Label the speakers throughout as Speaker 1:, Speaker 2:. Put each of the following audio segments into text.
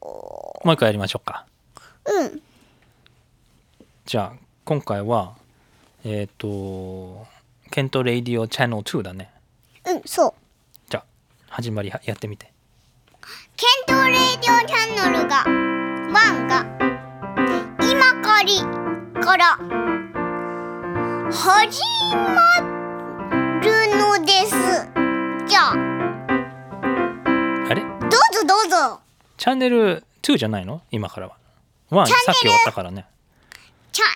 Speaker 1: もう一個やりましょうか
Speaker 2: うん
Speaker 1: じゃあ今回はえっ、とケントレイディオチャンネル2だね
Speaker 2: うんそう
Speaker 1: じゃあ始まりはやってみて
Speaker 2: ケントレイディオチャンネルが1が今かりから始まるのですじゃあ
Speaker 1: あれ
Speaker 2: どうぞどうぞ
Speaker 1: チャンネル2じゃないの今からは1
Speaker 2: チャンネル
Speaker 1: さっき終わったからね
Speaker 2: チャ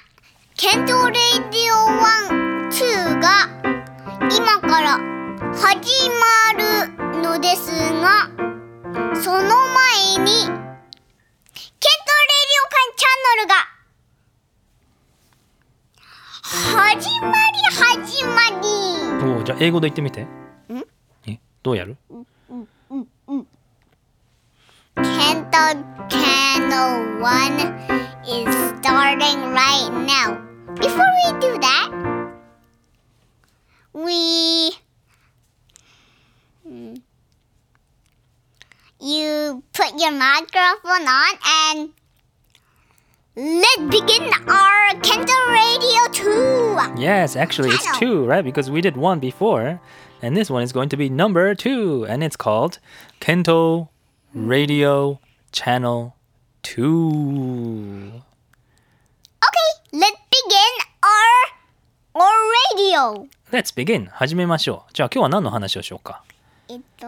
Speaker 2: ケントレイディオワンツーが今から始まるのですがその前にケントレイディオワンチャンネルが始まり始まり
Speaker 1: おおじゃあ英語で言ってみてえどうやる
Speaker 2: ケントチャンネルワン is starting right now before we do that we Mm. you put your microphone on and let's begin our Kento Radio 2.
Speaker 1: Yes, actually it's
Speaker 2: Kyle.
Speaker 1: two, right? Because we did one before, and this one is going to be number two, and it's called Kento Radio Channel Two.
Speaker 2: Okay, let's begin our our radio.
Speaker 1: Let's begin. 始めましょう。じゃあ今日は何の話をしようか。
Speaker 2: えっと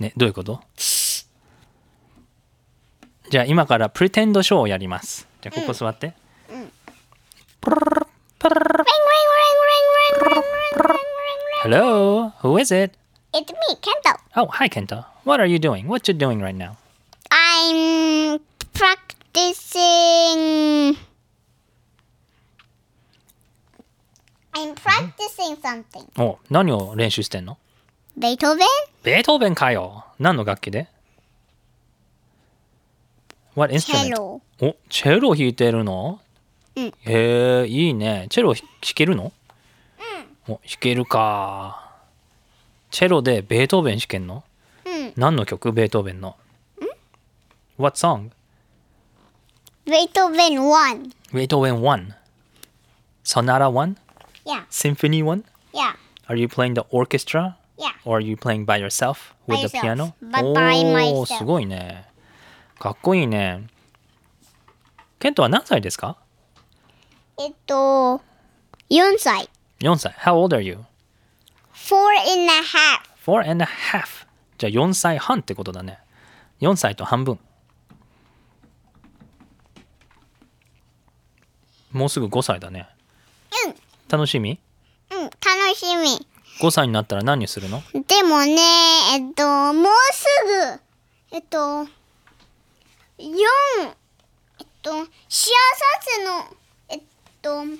Speaker 1: ね、どういうこと？じゃあ今からプレテンドショーをやります。じゃあここ座って。Hello, who is it?
Speaker 2: It's me, Kento.
Speaker 1: Oh, hi Kento. What are you doing? What you doing right now?
Speaker 2: I'm practicing. I'm practicing something.
Speaker 1: お、何を練習してんの？
Speaker 2: Beethoven?
Speaker 1: ベートーベンかよ何の楽器で ?What instrument?
Speaker 2: チェロ
Speaker 1: お、チェロ弾いてるの
Speaker 2: うん
Speaker 1: へえ、いいね。チェロひ弾けるのうん。お、弾けるか。チェロでベートーベン弾けんの
Speaker 2: うん。
Speaker 1: 何の曲ベートーベンの。What song?
Speaker 2: Beethoven 1.
Speaker 1: ベートーベン 1? Sonata 1?
Speaker 2: Yeah,
Speaker 1: Symphony 1?
Speaker 2: yeah,
Speaker 1: Are you playing the orchestra?
Speaker 2: yeah.
Speaker 1: Or are you playing by yourself with
Speaker 2: By
Speaker 1: the
Speaker 2: yourself.
Speaker 1: piano?
Speaker 2: By-
Speaker 1: おー
Speaker 2: by myself.
Speaker 1: すごいね。かっこいいね。ケントは何歳ですか
Speaker 2: えっと、4歳。
Speaker 1: ?4 歳。How old are you?
Speaker 2: Four and a half.
Speaker 1: Four and a half. じゃあ4歳半ってことだね。4歳と半分。もうすぐ5歳だね。
Speaker 2: Hmm.
Speaker 1: 楽しみ
Speaker 2: うん、うん、楽しみ。
Speaker 1: ?5 歳になったら何するの
Speaker 2: でもね、えっと、もうすぐ、えっと、4、えっと、幸せの、えっと、4、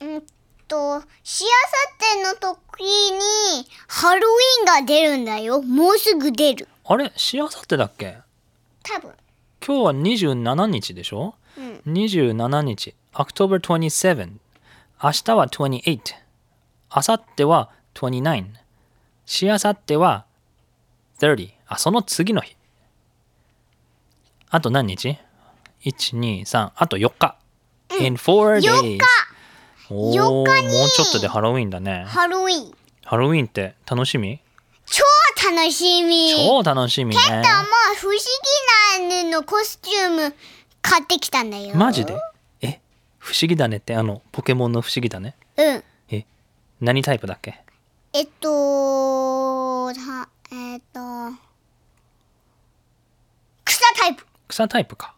Speaker 2: うんと、しあさっての時にハロウィンが出るんだよ。もうすぐ出る。
Speaker 1: あれしあさってだっけ
Speaker 2: 多分。
Speaker 1: 今日は27日でしょ、
Speaker 2: う
Speaker 1: 27日 October 27明日は28明後日は29しあさっては30あその次の日あと何日 ?123 あと4日、In four
Speaker 2: 4
Speaker 1: days
Speaker 2: 日、
Speaker 1: おー
Speaker 2: 4日に
Speaker 1: もうちょっとでハロウィンだね
Speaker 2: ハロウィン。
Speaker 1: ハロウィンって楽しみ
Speaker 2: 超楽しみ。
Speaker 1: 超楽しみね
Speaker 2: ケントも不思議なのコスチューム買ってきたんだよ。
Speaker 1: マジでえ不思議だねってあのポケモンの不思議だね
Speaker 2: うん。
Speaker 1: え何タイプだっけ
Speaker 2: えっと、たえっと、草タイプ。
Speaker 1: 草タイプか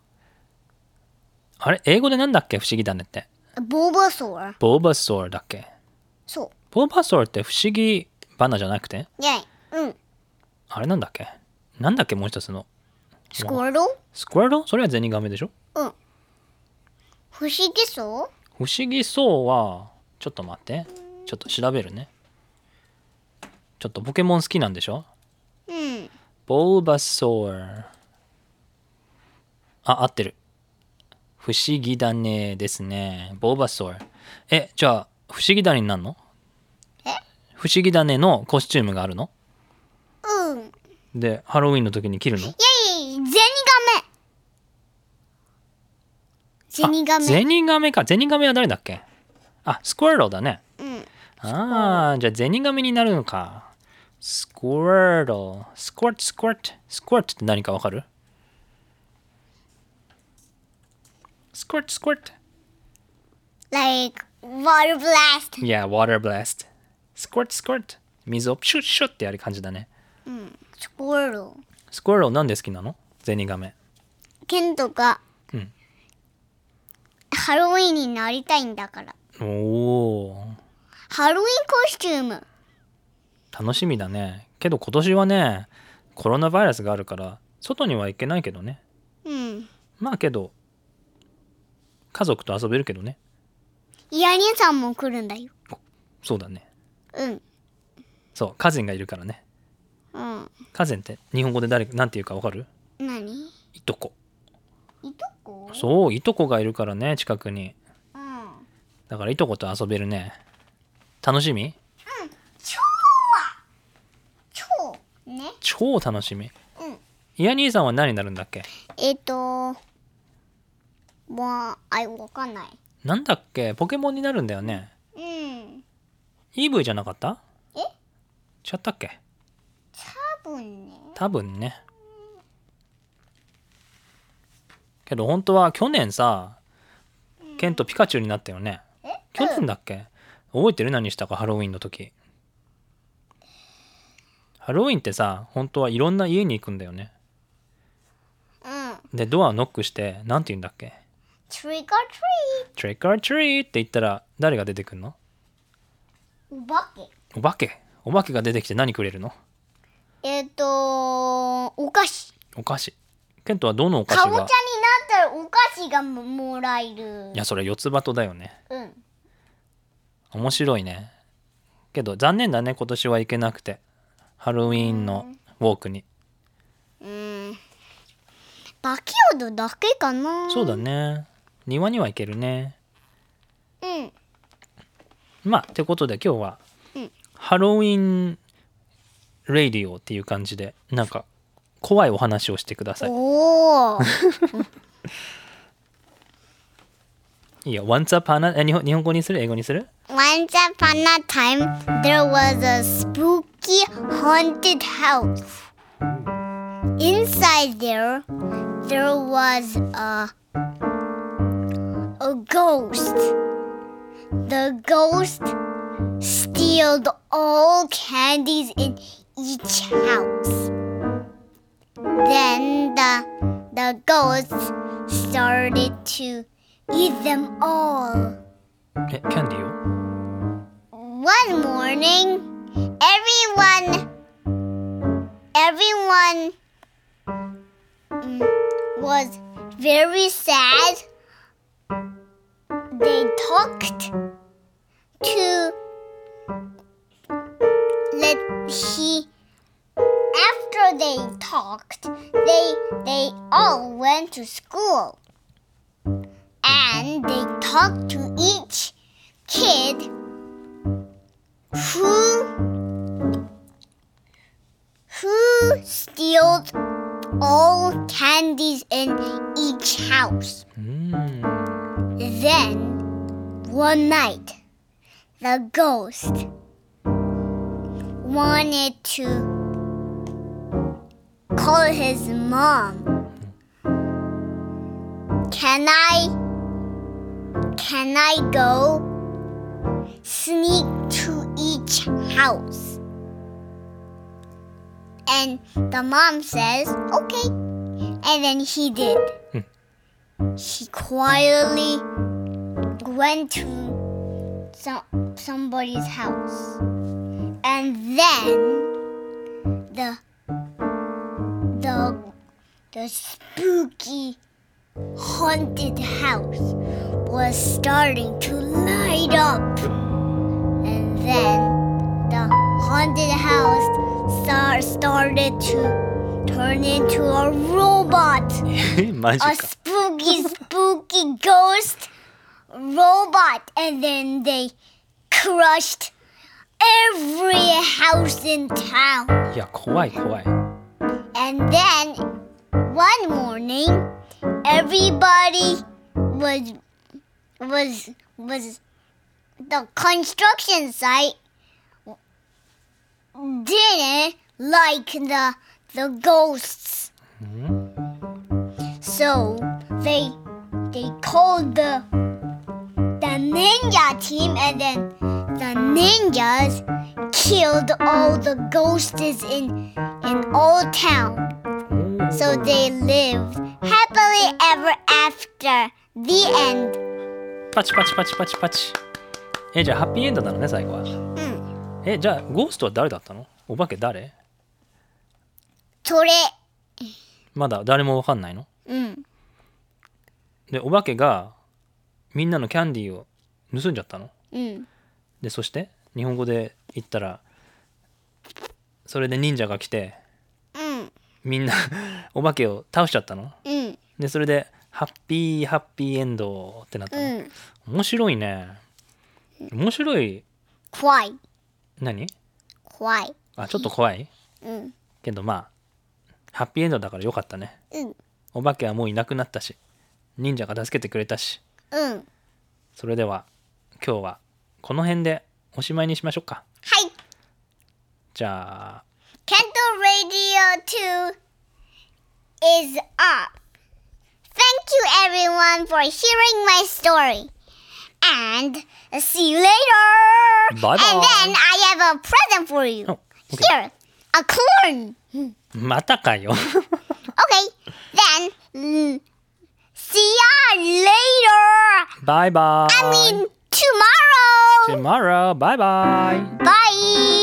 Speaker 1: あれ英語でなんだっけ不思議だねって
Speaker 2: ボーバーソー。
Speaker 1: ボーバソーだっけ
Speaker 2: そ
Speaker 1: ボーバソーって不思議花じゃなくて
Speaker 2: う。ねうん。
Speaker 1: あれなんだっけなんだっけもう一つの
Speaker 2: スコール
Speaker 1: スクワルドそれはゼニガメでしょ
Speaker 2: うん。不思議そう
Speaker 1: 不思議そうはちょっと待ってちょっと調べるねちょっとポケモン好きなんでしょ
Speaker 2: うん。
Speaker 1: ボーバソーあ合ってる不不思議だねですね。ボーバソー。え、じゃあ、不思議だねになるの
Speaker 2: え
Speaker 1: 不思議だねのコスチュームがあるの
Speaker 2: うんいや
Speaker 1: で、ハロウィンの時に着るの
Speaker 2: いやいやゼニガメゼ
Speaker 1: ゼ
Speaker 2: ニ
Speaker 1: ニガメか。ゼニガメは誰だっけあ、スクワロだね。
Speaker 2: ガメうん
Speaker 1: ああ、じゃあゼニガメになるのか。スクワロ。スクワット、スクワット。スクワットって何かわかるスクワット、スクワット。
Speaker 2: like water blast
Speaker 1: Yeah, water blast. Squirt, squirt. 水をプシュッシュッってやる感じだね。
Speaker 2: squirrel
Speaker 1: スクワローなんで好きなのゼニガメ。
Speaker 2: ケントが、
Speaker 1: うん
Speaker 2: ハロウィンになりたいんだから
Speaker 1: おお
Speaker 2: ハロウィンコスチューム
Speaker 1: ー、楽しみだね。けど今年はね、コロナウイルスがあるから、外には行けないけどね。
Speaker 2: うん
Speaker 1: まあけど、家族と遊べるけどね。
Speaker 2: イヤリンさんも来るんだよ
Speaker 1: そうだね。
Speaker 2: うん
Speaker 1: そう、カゼンがいるからね。
Speaker 2: うん
Speaker 1: カゼンって日本語で誰なんて言うかわかる
Speaker 2: 何
Speaker 1: いとこ。
Speaker 2: いとこ
Speaker 1: そう、いとこがいるからね、近くに。
Speaker 2: うん
Speaker 1: だからいとこと遊べるね。楽しみ
Speaker 2: 超は超ね
Speaker 1: 超楽しみ。
Speaker 2: うん
Speaker 1: イヤ兄さんは何になるんだっけ
Speaker 2: えっ、とまああいわかんない
Speaker 1: なんだっけポケモンになるんだよね。
Speaker 2: うん
Speaker 1: EV じゃなかった
Speaker 2: え
Speaker 1: ちゃったっけ
Speaker 2: 多分ね
Speaker 1: 多分ね。けど本当は去年さ、ケントピカチュウになったよね。去年だっけ覚えてる何したかハロウィンの時。ハロウィンってさ、本当はいろんな家に行くんだよね。
Speaker 2: うん
Speaker 1: で、ドアをノックして、なんて言うんだっけ
Speaker 2: trick or treat
Speaker 1: ?Trick or treat って言ったら誰が出てくんの
Speaker 2: お化け
Speaker 1: お化け。お化けが出てきて何くれるの
Speaker 2: えっ、とお菓子
Speaker 1: お菓子。ケントはどのお菓
Speaker 2: か
Speaker 1: 子
Speaker 2: ぼちゃにな
Speaker 1: が
Speaker 2: ったらお菓子がももらえる
Speaker 1: いや、それ四つ葉とだよね。
Speaker 2: うん
Speaker 1: 面白いね。けど残念だね、今年は行けなくて。ハロウィーンのウォークに。
Speaker 2: うんバキオドだけかな
Speaker 1: そうだね。庭には行けるね。
Speaker 2: うん
Speaker 1: まあ、ってことで今日は
Speaker 2: うん、
Speaker 1: ハロウィン・レイディオっていう感じで、なんか、怖いお話をしてください。
Speaker 2: おお
Speaker 1: いいよ、Once upon a... え日本日本語にする英語にする
Speaker 2: Once upon a time, there was a spooky haunted house. Inside there, there was a a ghost. The ghost stole all candies in each house. Then the the ghost started to eat them all.
Speaker 1: え、キャンディーを
Speaker 2: One morning, everyone, everyone mm, was very sad. They talked to let he after they talked, they they all went to school and they talked to each kid who who steals all candies in each house.
Speaker 1: うーん。
Speaker 2: Then, one night, the ghost wanted to call his mom. Can I, can I go sneak to each house? And the mom says, okay. And then he did.
Speaker 1: Hmm.
Speaker 2: He quietly went to some, somebody's house and then the the the spooky haunted house was starting to light up and then the haunted house star started to turn into a robot
Speaker 1: えマジか
Speaker 2: a。spooky spooky robot and then they crushed every house in town.
Speaker 1: いや、怖い怖い。
Speaker 2: And then one morning everybody was was was the construction site didn't like the the ghosts. So they they called the the ninja team and then the ninjas killed all the ghosts in in old town. So they lived happily ever after. The end.
Speaker 1: パチパチパチパチパチ。え、じゃあハッピーエンドなのね、最後は。
Speaker 2: Mm.
Speaker 1: え、じゃあゴーストは誰だったのお化け誰
Speaker 2: それ。
Speaker 1: まだ誰もわかんないの
Speaker 2: うん。
Speaker 1: で、お化けがみんなのキャンディーを盗んじゃったの
Speaker 2: うん。
Speaker 1: で、そして日本語で言ったら、それで忍者が来て、
Speaker 2: うん。
Speaker 1: みんな お化けを倒しちゃったの
Speaker 2: うん。
Speaker 1: で、それでハッピーハッピーエンドってなったの。
Speaker 2: うん。
Speaker 1: 面白いね。面白い、
Speaker 2: 怖い。
Speaker 1: 何
Speaker 2: 怖い。
Speaker 1: あ、ちょっと怖い
Speaker 2: うん。
Speaker 1: けどまあハッピーエンドだからよかったね
Speaker 2: うん。
Speaker 1: お化けはもういなくなったし忍者が助けてくれたし
Speaker 2: うん。はい。
Speaker 1: それでは今日はこの辺でおしまいにしましょうかじゃあ
Speaker 2: Candle Radio 2 is up. Thank you everyone for hearing my story. And see you later.
Speaker 1: Bye-bye.
Speaker 2: And then I have a present for you.
Speaker 1: Oh, okay.
Speaker 2: Here, a corn.
Speaker 1: またかよ
Speaker 2: Okay, then mm, see ya later.
Speaker 1: バイバ
Speaker 2: I
Speaker 1: イ
Speaker 2: mean tomorrow.
Speaker 1: tomorrow バイバイ
Speaker 2: Bye.